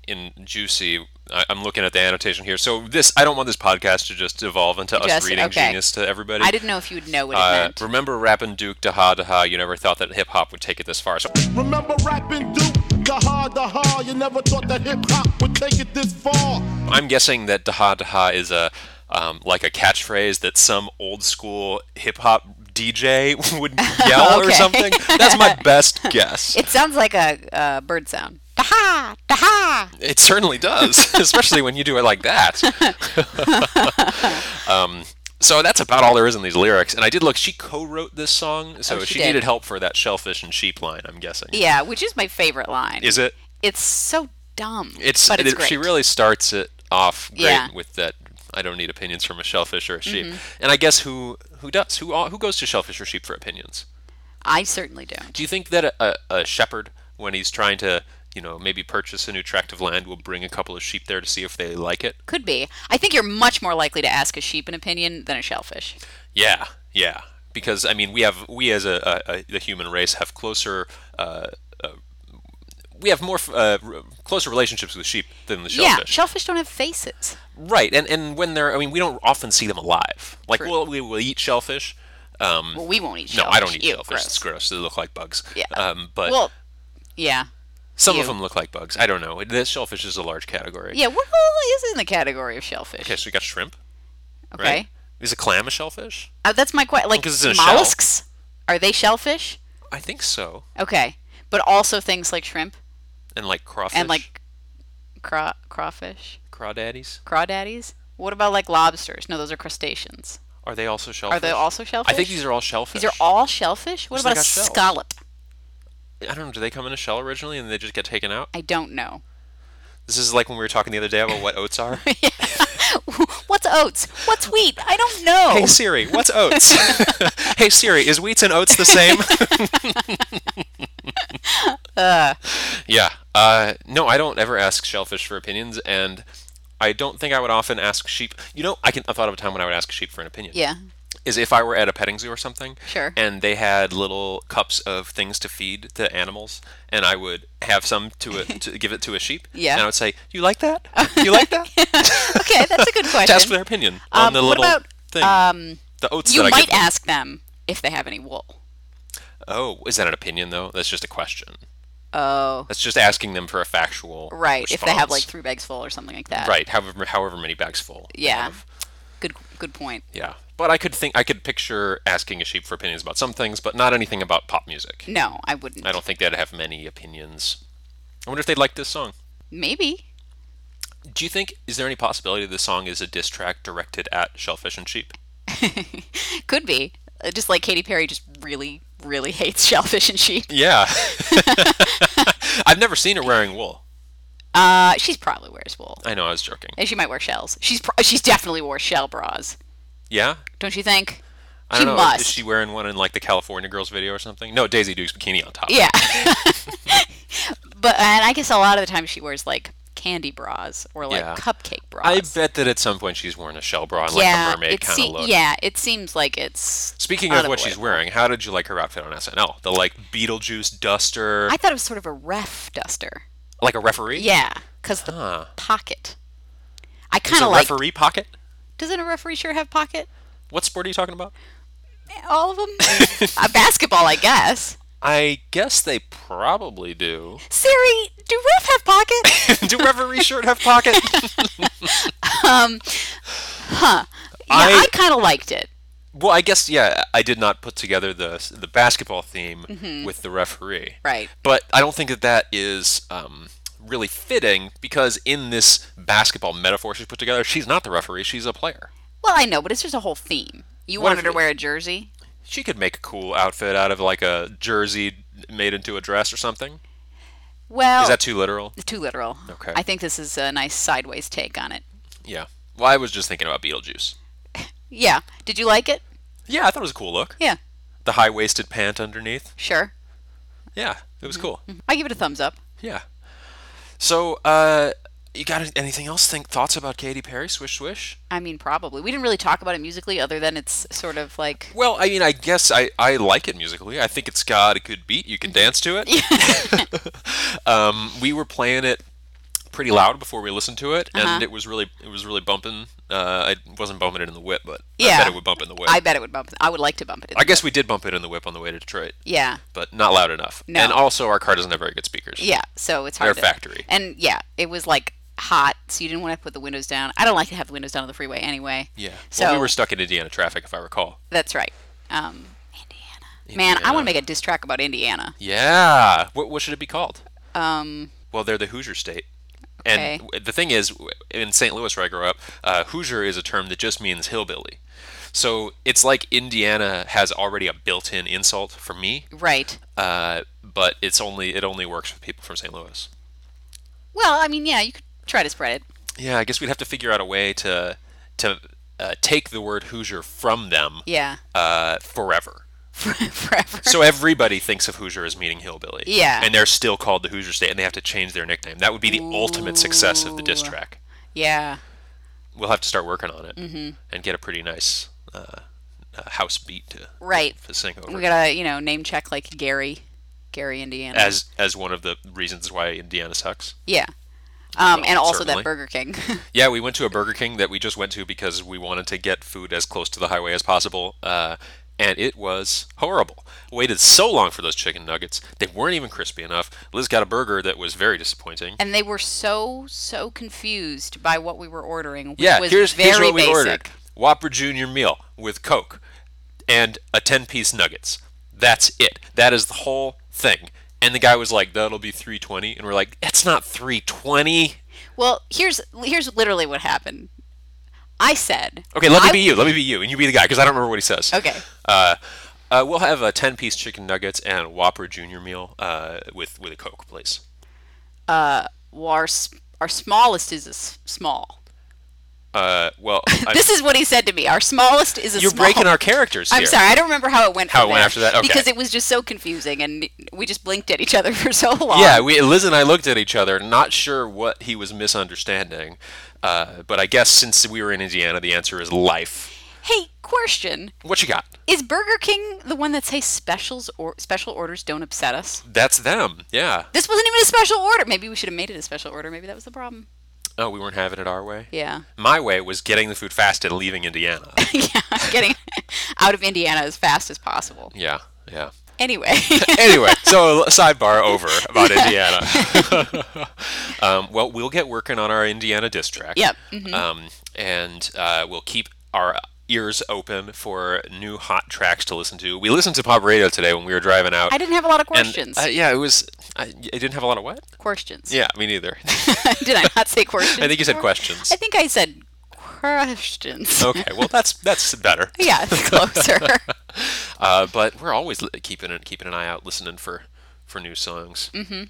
[SPEAKER 3] in Juicy. I, I'm looking at the annotation here. So this, I don't want this podcast to just evolve into us
[SPEAKER 4] Just-
[SPEAKER 3] reading
[SPEAKER 4] okay.
[SPEAKER 3] Genius to everybody.
[SPEAKER 4] I didn't know if you would know what it
[SPEAKER 3] uh,
[SPEAKER 4] meant.
[SPEAKER 3] remember rapping Duke, Daha Daha. You never thought that hip hop would take it this far. So
[SPEAKER 7] Remember rapping Duke? The hard, the hard. You never thought that hip hop would take it this far.
[SPEAKER 3] I'm guessing that Daha Daha is a um, like a catchphrase that some old school hip hop DJ [laughs] would yell
[SPEAKER 4] [laughs]
[SPEAKER 3] or
[SPEAKER 4] Okay.
[SPEAKER 3] something. That's
[SPEAKER 4] [laughs]
[SPEAKER 3] my best guess.
[SPEAKER 4] It sounds like a uh, bird sound. Da ha, da ha.
[SPEAKER 3] It certainly does, [laughs] especially when you do it like
[SPEAKER 4] [laughs]
[SPEAKER 3] that. um, so that's about all there is in these lyrics. And I did look; she co-wrote this song, so
[SPEAKER 4] Oh, she
[SPEAKER 3] she,
[SPEAKER 4] did.
[SPEAKER 3] needed help for that shellfish and sheep line. I'm guessing.
[SPEAKER 4] Yeah, which is my favorite line.
[SPEAKER 3] Is it?
[SPEAKER 4] it's so dumb.
[SPEAKER 3] It's,
[SPEAKER 4] but it's
[SPEAKER 3] it-
[SPEAKER 4] great.
[SPEAKER 3] she really starts it off great
[SPEAKER 4] Yeah. Mm-hmm.
[SPEAKER 3] with that. I don't need opinions from a shellfish or a sheep. And I guess who who does who all- who goes to shellfish or sheep for opinions?
[SPEAKER 4] I certainly don't.
[SPEAKER 3] Do you think that a, a, a shepherd, when he's trying to you know maybe purchase a new tract of land, will bring a couple of sheep there to see if they like it?
[SPEAKER 4] Could be. I think you're much more likely to ask a sheep an opinion than a shellfish.
[SPEAKER 3] Yeah, yeah. Because I mean, we have we as a, a, a the human race have closer. Uh, uh, we have more f- uh, r- closer relationships with sheep than the
[SPEAKER 4] Yeah,
[SPEAKER 3] shellfish.
[SPEAKER 4] shellfish don't have faces.
[SPEAKER 3] right, and and when they're, I mean, we don't often see them alive. Like,
[SPEAKER 4] True.
[SPEAKER 3] we'll, we will eat shellfish. Um,
[SPEAKER 4] Well, we won't eat
[SPEAKER 3] no,
[SPEAKER 4] shellfish.
[SPEAKER 3] I don't eat
[SPEAKER 4] Ew,
[SPEAKER 3] shellfish.
[SPEAKER 4] gross.
[SPEAKER 3] It's gross. They look like bugs.
[SPEAKER 4] Yeah.
[SPEAKER 3] Um, but
[SPEAKER 4] well, yeah.
[SPEAKER 3] some
[SPEAKER 4] ew.
[SPEAKER 3] of them look like bugs. I don't know. The shellfish is a large category.
[SPEAKER 4] Yeah, what all is in the category of shellfish?
[SPEAKER 3] Okay, so we got shrimp.
[SPEAKER 4] Okay.
[SPEAKER 3] Right? Is a clam a shellfish?
[SPEAKER 4] Uh, that's my question. Like,
[SPEAKER 3] 'cause it's in a shell.
[SPEAKER 4] mollusks? Are they shellfish?
[SPEAKER 3] I think so.
[SPEAKER 4] Okay. But also things like shrimp
[SPEAKER 3] And like crawfish.
[SPEAKER 4] and like craw- crawfish,
[SPEAKER 3] crawdaddies.
[SPEAKER 4] crawdaddies. What about like lobsters? No, those are crustaceans.
[SPEAKER 3] Are they also shellfish?
[SPEAKER 4] Are they also shellfish?
[SPEAKER 3] I think these are all shellfish.
[SPEAKER 4] These are all shellfish? What
[SPEAKER 3] Because they
[SPEAKER 4] about a
[SPEAKER 3] got shells.
[SPEAKER 4] scallop?
[SPEAKER 3] I don't know. Do they come in a shell originally and they just get taken out?
[SPEAKER 4] I don't know.
[SPEAKER 3] This is like when we were talking the other day about what oats are.
[SPEAKER 4] What's oats? What's wheat?
[SPEAKER 3] [laughs]
[SPEAKER 4] I don't know.
[SPEAKER 3] hey Siri, what's oats? [laughs] hey Siri, is wheats and oats the same? Yeah. Uh, no, I don't ever ask shellfish for opinions, and I don't think I would often ask sheep. You know, I can. I thought of a time when I would ask sheep for an opinion. [laughs]
[SPEAKER 4] yeah.
[SPEAKER 3] is if I were at a petting zoo or something,
[SPEAKER 4] Sure.
[SPEAKER 3] and they had little cups of things to feed the animals, and I would have some to, a,
[SPEAKER 4] [laughs]
[SPEAKER 3] to give it to a sheep,
[SPEAKER 4] Yeah.
[SPEAKER 3] and I would say, "You like
[SPEAKER 4] [laughs]
[SPEAKER 3] that? You like that?"
[SPEAKER 4] Okay, that's a good
[SPEAKER 3] to ask
[SPEAKER 4] question.
[SPEAKER 3] their opinion
[SPEAKER 4] Um,
[SPEAKER 3] on the
[SPEAKER 4] what
[SPEAKER 3] little
[SPEAKER 4] about,
[SPEAKER 3] thing,
[SPEAKER 4] um,
[SPEAKER 3] the oats
[SPEAKER 4] you
[SPEAKER 3] that I
[SPEAKER 4] might
[SPEAKER 3] give them.
[SPEAKER 4] ask them if they have any wool.
[SPEAKER 3] Oh, is that an opinion though? That's just a question.
[SPEAKER 4] Oh.
[SPEAKER 3] That's just asking them for a factual
[SPEAKER 4] Right, if they have like
[SPEAKER 3] response.
[SPEAKER 4] three bags full or something like that.
[SPEAKER 3] right, however however many bags full. they
[SPEAKER 4] Yeah.
[SPEAKER 3] have.
[SPEAKER 4] Good good point.
[SPEAKER 3] yeah. But I could think I could picture asking a sheep for opinions about some things, but not anything about pop music.
[SPEAKER 4] No, I wouldn't.
[SPEAKER 3] I don't think they'd have many opinions. I wonder if they'd like this song.
[SPEAKER 4] Maybe.
[SPEAKER 3] Do you think is there any possibility this song is a diss track directed at shellfish and sheep?
[SPEAKER 4] Could be. Uh, Just like Katy Perry just really, really [laughs] hates shellfish and sheep.
[SPEAKER 3] Yeah. [laughs] I've never seen her wearing wool.
[SPEAKER 4] Uh, she's probably wears wool.
[SPEAKER 3] I know I was joking.
[SPEAKER 4] And she might wear shells. She's pro- she's definitely wore shell bras.
[SPEAKER 3] Yeah?
[SPEAKER 4] Don't you think?
[SPEAKER 3] I
[SPEAKER 4] she
[SPEAKER 3] don't know.
[SPEAKER 4] must.
[SPEAKER 3] Is she wearing one in like the California Girls video or something? No, Daisy Duke's bikini on top.
[SPEAKER 4] Yeah. [laughs] but and I guess a lot of the time she wears like candy bras or like
[SPEAKER 3] Yeah.
[SPEAKER 4] cupcake bras.
[SPEAKER 3] I bet that at some point she's wearing a shell bra and like
[SPEAKER 4] yeah,
[SPEAKER 3] a mermaid
[SPEAKER 4] it
[SPEAKER 3] kind
[SPEAKER 4] se-
[SPEAKER 3] of look.
[SPEAKER 4] yeah, it seems like it's.
[SPEAKER 3] Speaking of what she's
[SPEAKER 4] unavoidable.
[SPEAKER 3] wearing, how did you like her outfit on SNL? The like Beetlejuice duster,
[SPEAKER 4] I thought it was sort of a ref duster.
[SPEAKER 3] like a referee?
[SPEAKER 4] Yeah, because the
[SPEAKER 3] Huh.
[SPEAKER 4] pocket. I
[SPEAKER 3] Is
[SPEAKER 4] kind
[SPEAKER 3] a
[SPEAKER 4] of like.
[SPEAKER 3] referee pocket?
[SPEAKER 4] Doesn't a referee sure have pocket? Eh,
[SPEAKER 3] What sport are you talking about?
[SPEAKER 4] All of them. uh, basketball, I guess.
[SPEAKER 3] I guess they probably do. [laughs]
[SPEAKER 4] Siri, do ref have pocket?
[SPEAKER 3] Do referee shirt have pocket? um, huh.
[SPEAKER 4] yeah, I,
[SPEAKER 3] I,
[SPEAKER 4] kind of liked it.
[SPEAKER 3] well, I guess yeah. I did not put together the the basketball theme with the referee,
[SPEAKER 4] Right.
[SPEAKER 3] But I don't think that that is um, really fitting because in this basketball metaphor she's put together, she's not the referee; she's a player.
[SPEAKER 4] Well, I know, but it's just a whole theme. You
[SPEAKER 3] What
[SPEAKER 4] wanted
[SPEAKER 3] if
[SPEAKER 4] her to
[SPEAKER 3] it-
[SPEAKER 4] wear a jersey.
[SPEAKER 3] She could make a cool outfit out of like a jersey made into a dress or something.
[SPEAKER 4] Well,
[SPEAKER 3] Is that too literal?
[SPEAKER 4] too literal?
[SPEAKER 3] Okay.
[SPEAKER 4] I think this is a nice sideways take on it.
[SPEAKER 3] Yeah. Well, I was just thinking about Beetlejuice.
[SPEAKER 4] Yeah. Did you like it?
[SPEAKER 3] Yeah, I thought it was a cool look.
[SPEAKER 4] Yeah.
[SPEAKER 3] The high waisted pant underneath.
[SPEAKER 4] Sure.
[SPEAKER 3] Yeah, it
[SPEAKER 4] Mm-hmm.
[SPEAKER 3] was cool.
[SPEAKER 4] I give it a thumbs up.
[SPEAKER 3] Yeah. So, uh, you got anything else? Think thoughts about Katy Perry? Swish swish.
[SPEAKER 4] I mean, probably. We didn't really talk about it musically, other than it's sort of like
[SPEAKER 3] Well, I mean, I guess I, I like it musically. I think it's got a good beat. You can
[SPEAKER 4] Mm-hmm.
[SPEAKER 3] dance to it. [laughs]
[SPEAKER 4] [laughs]
[SPEAKER 3] um, we were playing it pretty loud before we listened to it,
[SPEAKER 4] Uh-huh.
[SPEAKER 3] and it was really it was really bumping. Uh, I wasn't bumping it in the whip, but I
[SPEAKER 4] Yeah.
[SPEAKER 3] bet it would bump in the whip.
[SPEAKER 4] I bet it would bump. I would like to bump it. in
[SPEAKER 3] I
[SPEAKER 4] the-
[SPEAKER 3] guess we did bump it in the whip on the way to Detroit,
[SPEAKER 4] Yeah.
[SPEAKER 3] but not loud enough.
[SPEAKER 4] No.
[SPEAKER 3] And also, our car doesn't have very good speakers.
[SPEAKER 4] Yeah. So it's
[SPEAKER 3] They're
[SPEAKER 4] hard. to-
[SPEAKER 3] factory.
[SPEAKER 4] And yeah, it was like hot, so you didn't want to put the windows down. I don't like to have the windows down on the freeway anyway.
[SPEAKER 3] Yeah.
[SPEAKER 4] So
[SPEAKER 3] well, we were stuck in Indiana traffic, if I recall.
[SPEAKER 4] that's right. Um, Indiana. Man, I want to make a diss track about Indiana.
[SPEAKER 3] Yeah. What, what should it be called?
[SPEAKER 4] Um,
[SPEAKER 3] Well, they're the Hoosier state.
[SPEAKER 4] Okay.
[SPEAKER 3] And w- the thing is, w- in St. Louis, where I grew up, uh, Hoosier is a term that just means hillbilly. So it's like Indiana has already a built-in insult for me,
[SPEAKER 4] right.
[SPEAKER 3] uh, but it's only it only works for people from St. Louis.
[SPEAKER 4] Well, I mean, yeah, you could try to spread it.
[SPEAKER 3] Yeah, I guess we'd have to figure out a way to to uh, take the word Hoosier from them
[SPEAKER 4] Yeah. [laughs]
[SPEAKER 3] uh, forever.
[SPEAKER 4] Forever.
[SPEAKER 3] So everybody thinks of Hoosier as meaning hillbilly.
[SPEAKER 4] Yeah.
[SPEAKER 3] And they're still called the Hoosier State, and they have to change their nickname. That would be the ultimate success of the diss track.
[SPEAKER 4] yeah.
[SPEAKER 3] We'll have to start working on it
[SPEAKER 4] Mm-hmm.
[SPEAKER 3] and get a pretty nice uh, uh, house beat to,
[SPEAKER 4] Right.
[SPEAKER 3] to sing over.
[SPEAKER 4] We gotta, you know, name check like Gary, Gary, Indiana.
[SPEAKER 3] as as one of the reasons why Indiana sucks.
[SPEAKER 4] yeah. Um, and also
[SPEAKER 3] certainly.
[SPEAKER 4] that Burger King. [laughs]
[SPEAKER 3] Yeah, we went to a Burger King that we just went to because we wanted to get food as close to the highway as possible, uh, and it was horrible. Waited so long for those chicken nuggets; they weren't even crispy enough. Liz got a burger that was very disappointing.
[SPEAKER 4] and they were so so confused by what we were ordering, which
[SPEAKER 3] yeah,
[SPEAKER 4] was
[SPEAKER 3] here's
[SPEAKER 4] very
[SPEAKER 3] here's what we
[SPEAKER 4] basic.
[SPEAKER 3] ordered: Whopper Junior meal with Coke and a ten-piece nuggets. That's it. That is the whole thing. And the guy was like, "That'll be 320," and we're like, "It's not 320."
[SPEAKER 4] Well, here's here's literally what happened. I said,
[SPEAKER 3] Okay, let me
[SPEAKER 4] I-
[SPEAKER 3] be you. Let me be you, and you be the guy because I don't remember what he says.
[SPEAKER 4] Okay.
[SPEAKER 3] Uh, uh, we'll have a ten-piece chicken nuggets and a Whopper Junior meal uh, with with a Coke, please.
[SPEAKER 4] well, our s- our smallest is a s- small.
[SPEAKER 3] Uh,
[SPEAKER 4] [laughs]
[SPEAKER 3] well, I'm,
[SPEAKER 4] this is what he said to me. Our smallest is a
[SPEAKER 3] you're
[SPEAKER 4] small.
[SPEAKER 3] breaking our characters.
[SPEAKER 4] I'm
[SPEAKER 3] here.
[SPEAKER 4] sorry, I don't remember how it went.
[SPEAKER 3] How
[SPEAKER 4] from
[SPEAKER 3] it went
[SPEAKER 4] there,
[SPEAKER 3] after that? Okay.
[SPEAKER 4] Because it was just so confusing, and we just blinked at each other [laughs] for so long.
[SPEAKER 3] Yeah, we Liz and I looked at each other, not sure what he was misunderstanding. Uh, but I guess since we were in Indiana, the answer is life.
[SPEAKER 4] Hey, question:
[SPEAKER 3] What you got?
[SPEAKER 4] Is Burger King the one that says specials or special orders don't upset us?
[SPEAKER 3] That's them. Yeah.
[SPEAKER 4] This wasn't even a special order. Maybe we should have made it a special order. Maybe that was the problem.
[SPEAKER 3] Oh, we weren't having it our way.
[SPEAKER 4] Yeah, [laughs]
[SPEAKER 3] My way was getting the food fast and leaving Indiana.
[SPEAKER 4] yeah. Getting [laughs] out of Indiana as fast as possible.
[SPEAKER 3] yeah. Yeah. [laughs]
[SPEAKER 4] Anyway, [laughs]
[SPEAKER 3] anyway, so sidebar over about Indiana. um, well, we'll get working on our Indiana diss track.
[SPEAKER 4] Yep,
[SPEAKER 3] Um, and uh, we'll keep our ears open for new hot tracks to listen to. We listened to pop radio today when we were driving out.
[SPEAKER 4] I didn't have a lot of
[SPEAKER 3] and,
[SPEAKER 4] questions.
[SPEAKER 3] uh, yeah, it was. I, I didn't have a lot of what?
[SPEAKER 4] questions.
[SPEAKER 3] Yeah, me [laughs] neither.
[SPEAKER 4] [laughs] Did I not say questions?
[SPEAKER 3] I think you said
[SPEAKER 4] before?
[SPEAKER 3] questions.
[SPEAKER 4] I think I said questions.
[SPEAKER 3] okay, well that's that's [laughs] better.
[SPEAKER 4] [laughs] yeah, it's closer.
[SPEAKER 3] Uh, but we're always li- keeping an, keeping an eye out, listening for for new songs. Mm-hmm.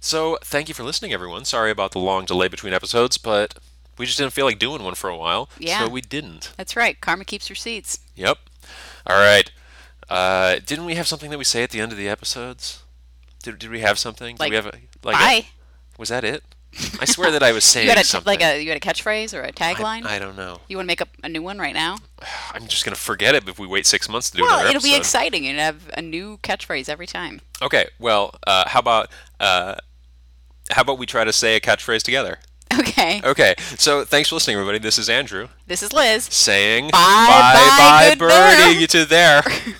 [SPEAKER 3] So thank you for listening, everyone. Sorry about the long delay between episodes, but we just didn't feel like doing one for a while,
[SPEAKER 4] Yeah.
[SPEAKER 3] so we didn't.
[SPEAKER 4] That's right. Karma keeps receipts.
[SPEAKER 3] Yep. All right. Uh, didn't we have something that we say at the end of the episodes? Did, did we have something? did
[SPEAKER 4] Like,
[SPEAKER 3] we have a, like
[SPEAKER 4] Bye.
[SPEAKER 3] a- was that it?
[SPEAKER 4] [laughs]
[SPEAKER 3] I swear that I was saying
[SPEAKER 4] You had a
[SPEAKER 3] something.
[SPEAKER 4] like a you had a catchphrase or a
[SPEAKER 3] I-
[SPEAKER 4] tagline.
[SPEAKER 3] I don't know.
[SPEAKER 4] you want to make up a new one right now?
[SPEAKER 3] I'm just gonna forget it if we wait six months to do
[SPEAKER 4] Well,
[SPEAKER 3] another
[SPEAKER 4] it'll be
[SPEAKER 3] episode.
[SPEAKER 4] exciting. You'd have a new catchphrase every time. [laughs]
[SPEAKER 3] Okay. Well, uh, how about uh, how about we try to say a catchphrase together?
[SPEAKER 4] Okay.
[SPEAKER 3] Okay. So thanks for listening, everybody. This is Andrew
[SPEAKER 4] This is Liz.
[SPEAKER 3] saying
[SPEAKER 4] Bye, bye,
[SPEAKER 3] bye,
[SPEAKER 4] good
[SPEAKER 3] birdie
[SPEAKER 4] bear. [laughs]
[SPEAKER 3] to there.